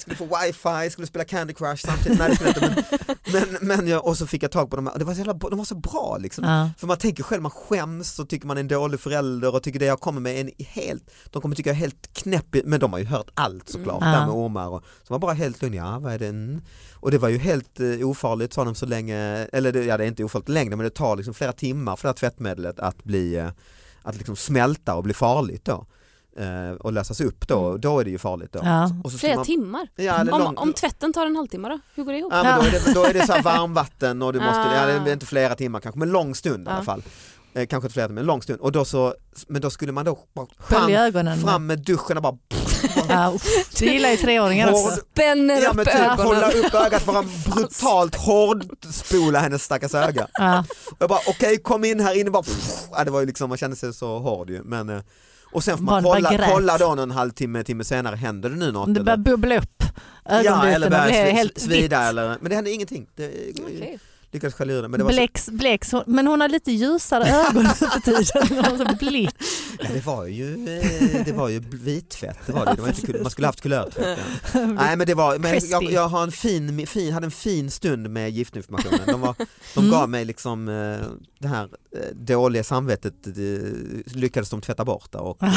[SPEAKER 2] skulle få wifi, skulle spela Candy Crush samtidigt. Nej, det skulle jag inte, men, men, men jag, och så fick jag tag på dem här. Det var så jävla, de var så bra liksom.
[SPEAKER 3] Ja.
[SPEAKER 2] För man tänker själv, man skäms och tycker man är en dålig förälder och tycker det jag kommer med är en helt, de kommer tycka jag är helt knäpp, men de har ju hört allt såklart,
[SPEAKER 3] Mm.
[SPEAKER 2] det här
[SPEAKER 3] Ja.
[SPEAKER 2] med ormar och så var bara helt lugn, ja vad är det? Mm. Och det var ju helt eh, ofarligt sa de så länge, eller det, ja det är inte ofarligt längre men det tar liksom flera timmar för det här tvättmedlet att bli, eh, att liksom smälta och bli farligt då. Eh, och lösas upp då,
[SPEAKER 4] Mm.
[SPEAKER 2] då är det ju farligt då.
[SPEAKER 3] Ja.
[SPEAKER 2] Och så ska
[SPEAKER 4] Flera
[SPEAKER 2] man-
[SPEAKER 4] timmar.
[SPEAKER 2] Ja, eller
[SPEAKER 4] Om,
[SPEAKER 2] lång-
[SPEAKER 4] om tvätten tar en halvtimme då? Hur går det ihop?
[SPEAKER 2] Ja, men då, är det, då är det så här varmvatten och du måste,
[SPEAKER 4] Ah.
[SPEAKER 2] ja, det är inte flera timmar kanske, men lång stund
[SPEAKER 3] Ah.
[SPEAKER 2] i alla
[SPEAKER 4] Ja.
[SPEAKER 2] fall. Eh, kanske inte flera timmar, men lång stund. Och då så, men då skulle man då bara
[SPEAKER 3] Skölj
[SPEAKER 2] pang,
[SPEAKER 3] ögonen.
[SPEAKER 2] fram med duschen och bara
[SPEAKER 3] Ja, uff. det gillar ju treåringar också.
[SPEAKER 4] Spänner
[SPEAKER 2] ja,
[SPEAKER 4] upp
[SPEAKER 2] men typ,
[SPEAKER 4] ögonen.
[SPEAKER 2] hålla upp ögat bara brutalt hårdspola hennes stackars öga.
[SPEAKER 3] Ja.
[SPEAKER 2] Och jag bara okej kom in här inne bara, ja, det var ju liksom, man kände sig så hård ju. Men, eh, och sen får man
[SPEAKER 3] Barn bara
[SPEAKER 2] kolla,
[SPEAKER 3] grät.
[SPEAKER 2] kolla då en halvtimme, timme senare, händer det nu något?
[SPEAKER 3] Det börjar
[SPEAKER 2] eller?
[SPEAKER 3] bubbla upp.
[SPEAKER 2] Ja, eller
[SPEAKER 3] Ögonvitorna blir
[SPEAKER 2] börjar
[SPEAKER 3] helt
[SPEAKER 2] svi- svida
[SPEAKER 3] vitt.
[SPEAKER 2] eller, men det hände ingenting. Det,
[SPEAKER 4] Mm, Okej.
[SPEAKER 2] Lyckades skölja ur det. Men det var så
[SPEAKER 3] Blex, blex, hon- men hon har lite ljusare ögon nu för tiden. Hon har så blick.
[SPEAKER 2] Nej, det var ju, eh, det var ju vitfett, det var det. det var inte kul. Man skulle haft kulörtvätt. Ja. Nej men det var, men
[SPEAKER 3] Crispy.
[SPEAKER 2] jag, jag har en fin, fin, hade en fin stund med giftinformationen. De, var, de
[SPEAKER 3] Mm.
[SPEAKER 2] gav mig liksom eh, det här eh, dåliga samvetet det, lyckades de tvätta bort där och eh,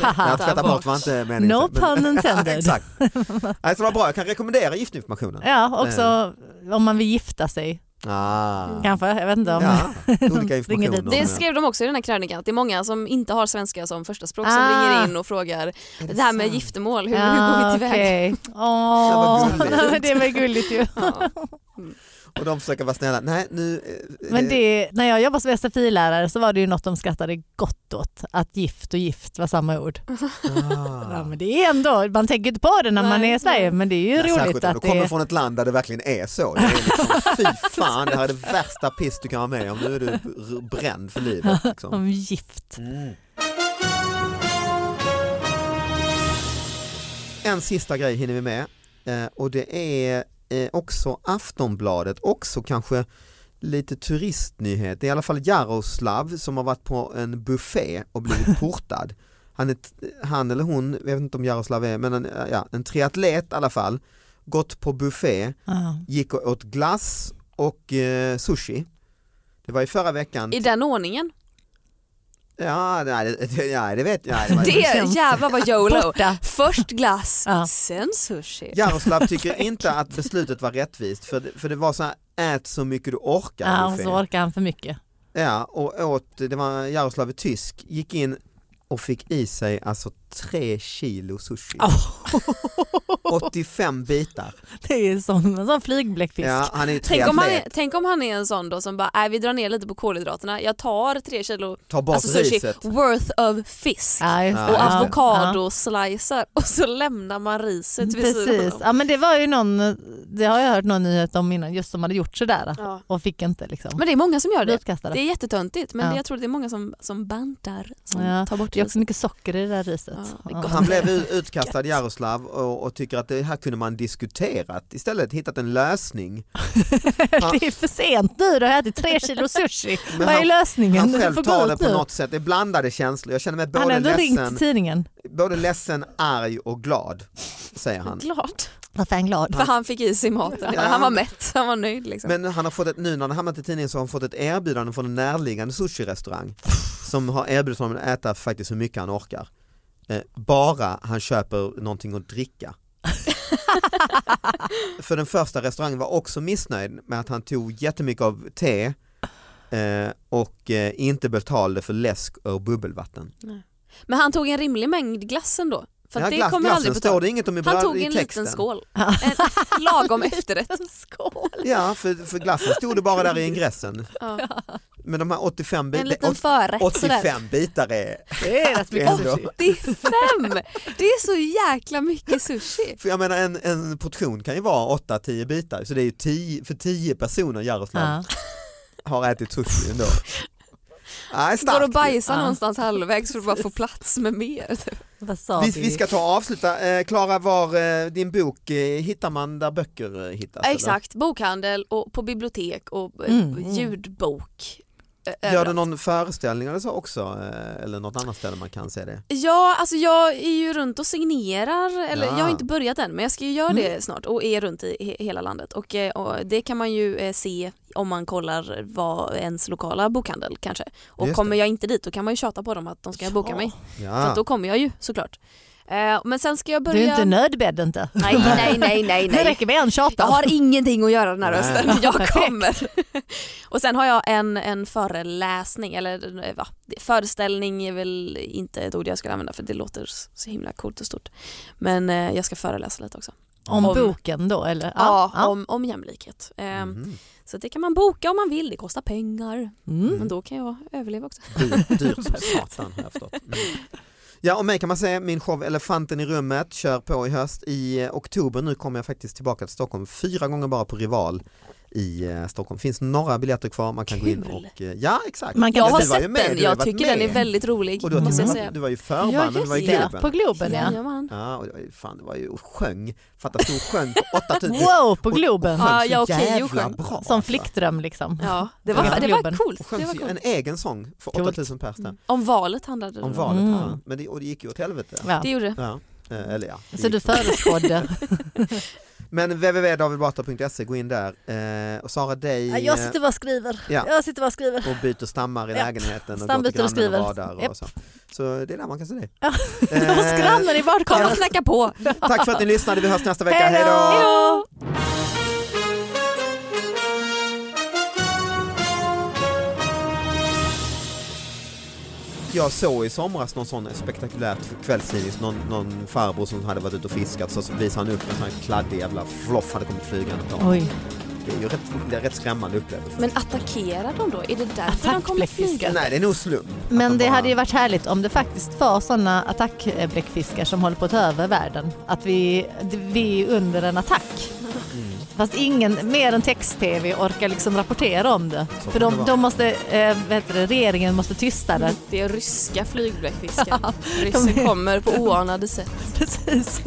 [SPEAKER 2] ja, tvätta bort var inte meningen.
[SPEAKER 3] No
[SPEAKER 2] men-
[SPEAKER 3] pun intended.
[SPEAKER 2] Exakt. Nej, så det var bra, jag kan rekommendera giftinformationen.
[SPEAKER 3] Ja, också
[SPEAKER 2] Eh.
[SPEAKER 3] om man vill gifta sig
[SPEAKER 2] Ah.
[SPEAKER 3] kanske. Jag vet inte om...
[SPEAKER 2] Ja, olika
[SPEAKER 3] Ringer dit.
[SPEAKER 2] informationer.
[SPEAKER 4] Det skrev de också i den här krönikan, att det är många som inte har svenska som förstaspråk som
[SPEAKER 3] Ah.
[SPEAKER 4] ringer in och frågar
[SPEAKER 2] Är
[SPEAKER 4] det här med
[SPEAKER 2] sant?
[SPEAKER 4] giftermål, hur, hur går vi tillväga?
[SPEAKER 3] okej.
[SPEAKER 2] vad gulligt.
[SPEAKER 3] Åh,
[SPEAKER 2] Eh.
[SPEAKER 3] det var gulligt ju.
[SPEAKER 4] Ja.
[SPEAKER 2] Och de försöker vara snälla. Nej, nu, eh,
[SPEAKER 3] Men
[SPEAKER 2] eh,
[SPEAKER 3] det, när jag jobbade som SFI-lärare så var det ju något de skrattade gott åt, att gift och gift var samma ord.
[SPEAKER 4] Mm.
[SPEAKER 3] Ja,
[SPEAKER 2] ah.
[SPEAKER 3] men det är ändå, man tänker inte på det när man
[SPEAKER 4] Nej,
[SPEAKER 3] är i Sverige
[SPEAKER 4] nej.
[SPEAKER 3] men det är ju
[SPEAKER 2] Ja, särskilt
[SPEAKER 3] roligt
[SPEAKER 2] om
[SPEAKER 3] att
[SPEAKER 2] du
[SPEAKER 3] det
[SPEAKER 2] kommer
[SPEAKER 3] är...
[SPEAKER 2] från ett land där det verkligen är så. Det är liksom, fy fan, det här är det värsta piss du kan vara med om. Nu är du r- bränd för livet. Liksom.
[SPEAKER 3] Om gift.
[SPEAKER 2] Mm. En sista grej hinner vi med eh, och det är eh, också Aftonbladet, också kanske lite turistnyhet. Det är i alla fall Jaroslav som har varit på en buffé och blivit portad. Han, är, t- han eller hon, jag vet inte om Jaroslav är, men en, eh, ja, en triatlet i alla fall, gått på buffé,
[SPEAKER 3] Ja.
[SPEAKER 2] gick och åt glass och eh, sushi. Det var i förra veckan.
[SPEAKER 4] I den ordningen.
[SPEAKER 2] Ja, nej, det- det, ja, det vet jag. Nej, det var-
[SPEAKER 4] Det är jävlar vad YOLO.
[SPEAKER 3] Borta.
[SPEAKER 4] Först glass,
[SPEAKER 3] Ja.
[SPEAKER 4] sen sushi.
[SPEAKER 2] Jaroslav tycker inte att beslutet var rättvist för det, för det var så här ät så mycket du orkar.
[SPEAKER 3] Ja,
[SPEAKER 2] buffé.
[SPEAKER 3] så orkar han för mycket.
[SPEAKER 2] ja, och åt, det var Jaroslav är tysk, gick in och fick i sig alltså tre kilo sushi.
[SPEAKER 3] Åh,
[SPEAKER 2] 85 bitar.
[SPEAKER 3] det är som en sån flygbläckfisk.
[SPEAKER 2] Ja, han är ju
[SPEAKER 4] Tänk om, han är,
[SPEAKER 2] triatlet,
[SPEAKER 4] tänk om han är en sån då som bara, nej vi drar ner lite på kolhydraterna, jag tar tre kilo
[SPEAKER 2] tar bort
[SPEAKER 4] alltså sushi
[SPEAKER 2] riset.
[SPEAKER 4] worth of fisk
[SPEAKER 3] Ja, just det.
[SPEAKER 4] och
[SPEAKER 2] Ja.
[SPEAKER 4] avokadoslicer och så lämnar man
[SPEAKER 3] Ja.
[SPEAKER 4] riset vid sidan
[SPEAKER 3] Precis,
[SPEAKER 4] om.
[SPEAKER 3] ja, men det var ju någon, det har jag hört någon nyhet om innan, just som hade gjort sådär
[SPEAKER 4] Ja.
[SPEAKER 3] och fick inte liksom.
[SPEAKER 4] Men det är många som gör
[SPEAKER 3] Bli
[SPEAKER 4] det.
[SPEAKER 3] utkastade.
[SPEAKER 4] Det är jättetöntigt men
[SPEAKER 3] Ja.
[SPEAKER 4] jag tror det är många som, som bantar, som
[SPEAKER 3] Ja,
[SPEAKER 4] tar bort
[SPEAKER 3] Det är
[SPEAKER 4] riset.
[SPEAKER 3] också mycket socker i det där riset.
[SPEAKER 4] Ja, det är
[SPEAKER 3] Ja.
[SPEAKER 4] gott.
[SPEAKER 2] Han blev u- utkastad Jaroslav och, och tycker att det här kunde man diskuterat istället hittat en lösning.
[SPEAKER 3] Det är för sent nu, du har ätit tre kilo sushi.
[SPEAKER 2] Men
[SPEAKER 3] Vad är
[SPEAKER 2] han,
[SPEAKER 3] lösningen?
[SPEAKER 2] han
[SPEAKER 3] Du
[SPEAKER 2] själv
[SPEAKER 3] får gå
[SPEAKER 2] tar
[SPEAKER 3] ut
[SPEAKER 2] det på
[SPEAKER 3] nu.
[SPEAKER 2] något sätt, det är blandade känslor. Jag känner mig
[SPEAKER 3] han har
[SPEAKER 2] både
[SPEAKER 3] ändå ringt
[SPEAKER 2] ledsen
[SPEAKER 3] till tidningen.
[SPEAKER 2] både ledsen, arg och glad, säger han.
[SPEAKER 4] Glad.
[SPEAKER 3] Varför är han glad?
[SPEAKER 4] För han fick i sig maten.
[SPEAKER 2] Ja.
[SPEAKER 4] Han var mätt, han var nöjd liksom.
[SPEAKER 2] Men han har fått ett, nu när han hamnat i tidningen så har han fått ett erbjudande från en närliggande sushi-restaurang som har erbjudit honom att äta faktiskt hur mycket han orkar. Eh, bara han köper någonting att dricka. För den första restaurangen var också missnöjd med att han tog jättemycket av te eh, och eh, inte betalade för läsk och bubbelvatten.
[SPEAKER 4] Men han tog en rimlig mängd glass ändå. För
[SPEAKER 2] Ja,
[SPEAKER 4] att det
[SPEAKER 2] glass-
[SPEAKER 4] kommer aldrig
[SPEAKER 2] glassen
[SPEAKER 4] på
[SPEAKER 2] står
[SPEAKER 4] tal.
[SPEAKER 2] det inget om i,
[SPEAKER 4] Han
[SPEAKER 2] bör-
[SPEAKER 4] tog
[SPEAKER 2] i
[SPEAKER 4] en
[SPEAKER 2] texten.
[SPEAKER 4] liten skål. En lagom efterrätt.
[SPEAKER 3] Skål!
[SPEAKER 2] Ja, för, för glassen stod det bara där i ingressen.
[SPEAKER 4] Ja.
[SPEAKER 2] Men de här 85
[SPEAKER 4] En
[SPEAKER 2] bitarna,
[SPEAKER 4] liten förrätt sådär.
[SPEAKER 2] 85 bitar är,
[SPEAKER 3] Det är rätt
[SPEAKER 2] det
[SPEAKER 3] mycket
[SPEAKER 2] är ändå.
[SPEAKER 3] sushi.
[SPEAKER 4] Det är fem! Det är så jäkla mycket sushi.
[SPEAKER 2] För jag menar en, en portion kan ju vara 8-10 bitar så det är ju 10, för 10 personer Jaroslav
[SPEAKER 3] Ja.
[SPEAKER 2] har ätit sushi ändå. Nej,
[SPEAKER 4] Går och
[SPEAKER 2] starkt.
[SPEAKER 4] bajsar
[SPEAKER 3] Ja.
[SPEAKER 4] någonstans halvvägs för att bara få plats med mer.
[SPEAKER 3] Wasabi.
[SPEAKER 2] Vi, vi ska ta och avsluta. Eh, Klara, var eh, din bok eh, hittar man där böcker eh, hittas? eller?
[SPEAKER 4] Exakt, bokhandel och på bibliotek och eh,
[SPEAKER 3] Mm, mm.
[SPEAKER 4] ljudbok. eh,
[SPEAKER 2] Gör du
[SPEAKER 4] överallt.
[SPEAKER 2] någon föreställning eller så också? eh, Eller något annat ställe man kan se det?
[SPEAKER 4] Ja, alltså jag är ju runt och signerar, eller
[SPEAKER 2] Ja.
[SPEAKER 4] jag har inte börjat än men jag ska ju göra det
[SPEAKER 3] Mm.
[SPEAKER 4] snart och är runt i he- hela landet. Och, eh, och det kan man ju eh, se om man kollar vad ens lokala bokhandel kanske. Och
[SPEAKER 2] Just
[SPEAKER 4] kommer
[SPEAKER 2] det.
[SPEAKER 4] jag inte dit då kan man ju tjata på dem att de ska boka mig. För att då
[SPEAKER 2] Ja.
[SPEAKER 4] kommer jag ju såklart. Eh, Men sen ska jag
[SPEAKER 3] Du är
[SPEAKER 4] börja...
[SPEAKER 3] inte nödbädd inte.
[SPEAKER 4] nej, nej, nej, nej,
[SPEAKER 3] Det
[SPEAKER 4] nej.
[SPEAKER 3] räcker med en
[SPEAKER 4] Jag
[SPEAKER 3] tjata.
[SPEAKER 4] har ingenting att göra den här
[SPEAKER 2] Nej.
[SPEAKER 4] hösten. Jag
[SPEAKER 3] Perfekt.
[SPEAKER 4] kommer. Och sen har jag en, en föreläsning, eller eh, va, föreställning är väl inte ett ord jag skulle använda för det låter s- så himla coolt och stort. Men eh, jag ska föreläsa lite också.
[SPEAKER 3] Om
[SPEAKER 4] om-
[SPEAKER 3] boken då eller?
[SPEAKER 4] Ja, Om, om jämlikhet. Eh,
[SPEAKER 2] Mhm.
[SPEAKER 4] Så det kan man boka om man vill, det kostar pengar.
[SPEAKER 3] Mm.
[SPEAKER 4] Men då kan jag överleva också.
[SPEAKER 2] Dyrt, dyrt som satan har jag förstått. Mm. Ja, och mig kan man säga, min show Elefanten i rummet kör på i höst. I eh, oktober nu kommer jag faktiskt tillbaka till Stockholm fyra gånger bara på Rival. i eh, Stockholm. Finns några biljetter kvar, man kan gå in
[SPEAKER 4] Kul.
[SPEAKER 2] och... eh, Ja, exakt.
[SPEAKER 3] Man kan-
[SPEAKER 4] Jag
[SPEAKER 2] Men
[SPEAKER 4] har
[SPEAKER 2] du var
[SPEAKER 4] sett
[SPEAKER 2] ju med,
[SPEAKER 4] den,
[SPEAKER 2] du har
[SPEAKER 4] jag
[SPEAKER 2] varit
[SPEAKER 4] tycker
[SPEAKER 2] med.
[SPEAKER 4] den är väldigt rolig
[SPEAKER 2] Och du, har till
[SPEAKER 4] måste jag
[SPEAKER 2] och
[SPEAKER 3] Mm.
[SPEAKER 2] med-
[SPEAKER 4] säga.
[SPEAKER 2] du var ju förband, du var i
[SPEAKER 4] just det.
[SPEAKER 2] Globen.
[SPEAKER 3] På Globen ja.
[SPEAKER 4] Jajamän.
[SPEAKER 2] Ja, och det var ju, fan, det var ju och sjöng, fatta stod och sjöng på 8000.
[SPEAKER 3] Wow, på Globen.
[SPEAKER 2] Och sjöng
[SPEAKER 4] Ja,
[SPEAKER 2] så
[SPEAKER 4] ja, okej, och
[SPEAKER 2] jävla
[SPEAKER 4] sjöng.
[SPEAKER 2] bra.
[SPEAKER 3] Som
[SPEAKER 2] alltså.
[SPEAKER 3] flickdröm liksom.
[SPEAKER 4] Ja, det var,
[SPEAKER 3] Ja.
[SPEAKER 4] det var
[SPEAKER 3] Globen.
[SPEAKER 2] Och
[SPEAKER 4] coolt.
[SPEAKER 2] sjöng
[SPEAKER 4] Det var
[SPEAKER 2] ju
[SPEAKER 4] coolt.
[SPEAKER 2] en egen sång för
[SPEAKER 3] Coolt.
[SPEAKER 2] 8000 pers där.
[SPEAKER 4] Om valet handlade det
[SPEAKER 2] Om
[SPEAKER 4] då.
[SPEAKER 2] valet.
[SPEAKER 3] Mm.
[SPEAKER 2] Ja. Men det, och det gick ju åt helvete.
[SPEAKER 3] Ja.
[SPEAKER 4] Det gjorde det.
[SPEAKER 2] Ja. Eh, Eller ja, det
[SPEAKER 3] Så du
[SPEAKER 2] gick.
[SPEAKER 3] förutspådde.
[SPEAKER 2] Men www.davidbatra.se, gå in där. Eh, och Sara dig
[SPEAKER 3] Ja,
[SPEAKER 2] eh,
[SPEAKER 3] bara och skriver.
[SPEAKER 2] Ja.
[SPEAKER 3] Jag sitter bara och skriver.
[SPEAKER 2] och byter stammar i
[SPEAKER 3] Ja.
[SPEAKER 2] lägenheten och
[SPEAKER 3] Stambyter och
[SPEAKER 2] går till grannen
[SPEAKER 3] skriver.
[SPEAKER 2] och badar och
[SPEAKER 3] Japp.
[SPEAKER 2] så. Så det är där man kan se det.
[SPEAKER 3] Ja.
[SPEAKER 2] Eh,
[SPEAKER 3] Hos grannen i
[SPEAKER 4] Kom
[SPEAKER 3] badkaret.
[SPEAKER 4] och knacka på.
[SPEAKER 2] tack för att ni lyssnade, vi hörs nästa vecka.
[SPEAKER 3] Hej
[SPEAKER 2] Hej
[SPEAKER 3] då!
[SPEAKER 2] då!
[SPEAKER 4] Hejdå!
[SPEAKER 2] Jag såg i somras någon sån spektakulärt kvällstidning, någon, någon farbror som hade varit ute och fiskat så visade han upp en sån här kladdig jävla floff hade kommit flygande. på.
[SPEAKER 3] Oj,
[SPEAKER 2] Det är ju rätt, det är rätt skrämmande upplevelse.
[SPEAKER 4] Men attackerar de då? Är det därför de kommer
[SPEAKER 3] Attackbläckfiskar.
[SPEAKER 4] flyga?
[SPEAKER 2] Nej, det är nog slump. att de
[SPEAKER 3] men det
[SPEAKER 2] bara-
[SPEAKER 3] hade ju varit härligt om det faktiskt var sådana attackbläckfiskar som håller på att ta över världen. Att vi, vi är under en attack.
[SPEAKER 2] Mm.
[SPEAKER 3] Fast ingen mer än text-tv orkar liksom rapportera om det.
[SPEAKER 2] Så kan
[SPEAKER 3] För
[SPEAKER 2] det
[SPEAKER 3] de,
[SPEAKER 2] vara. Mm.
[SPEAKER 3] de måste, eh, vad heter det, regeringen måste tysta det.
[SPEAKER 4] Det är ryska flygbläckfiskar. Ryssen kommer på oanade sätt.
[SPEAKER 3] Precis.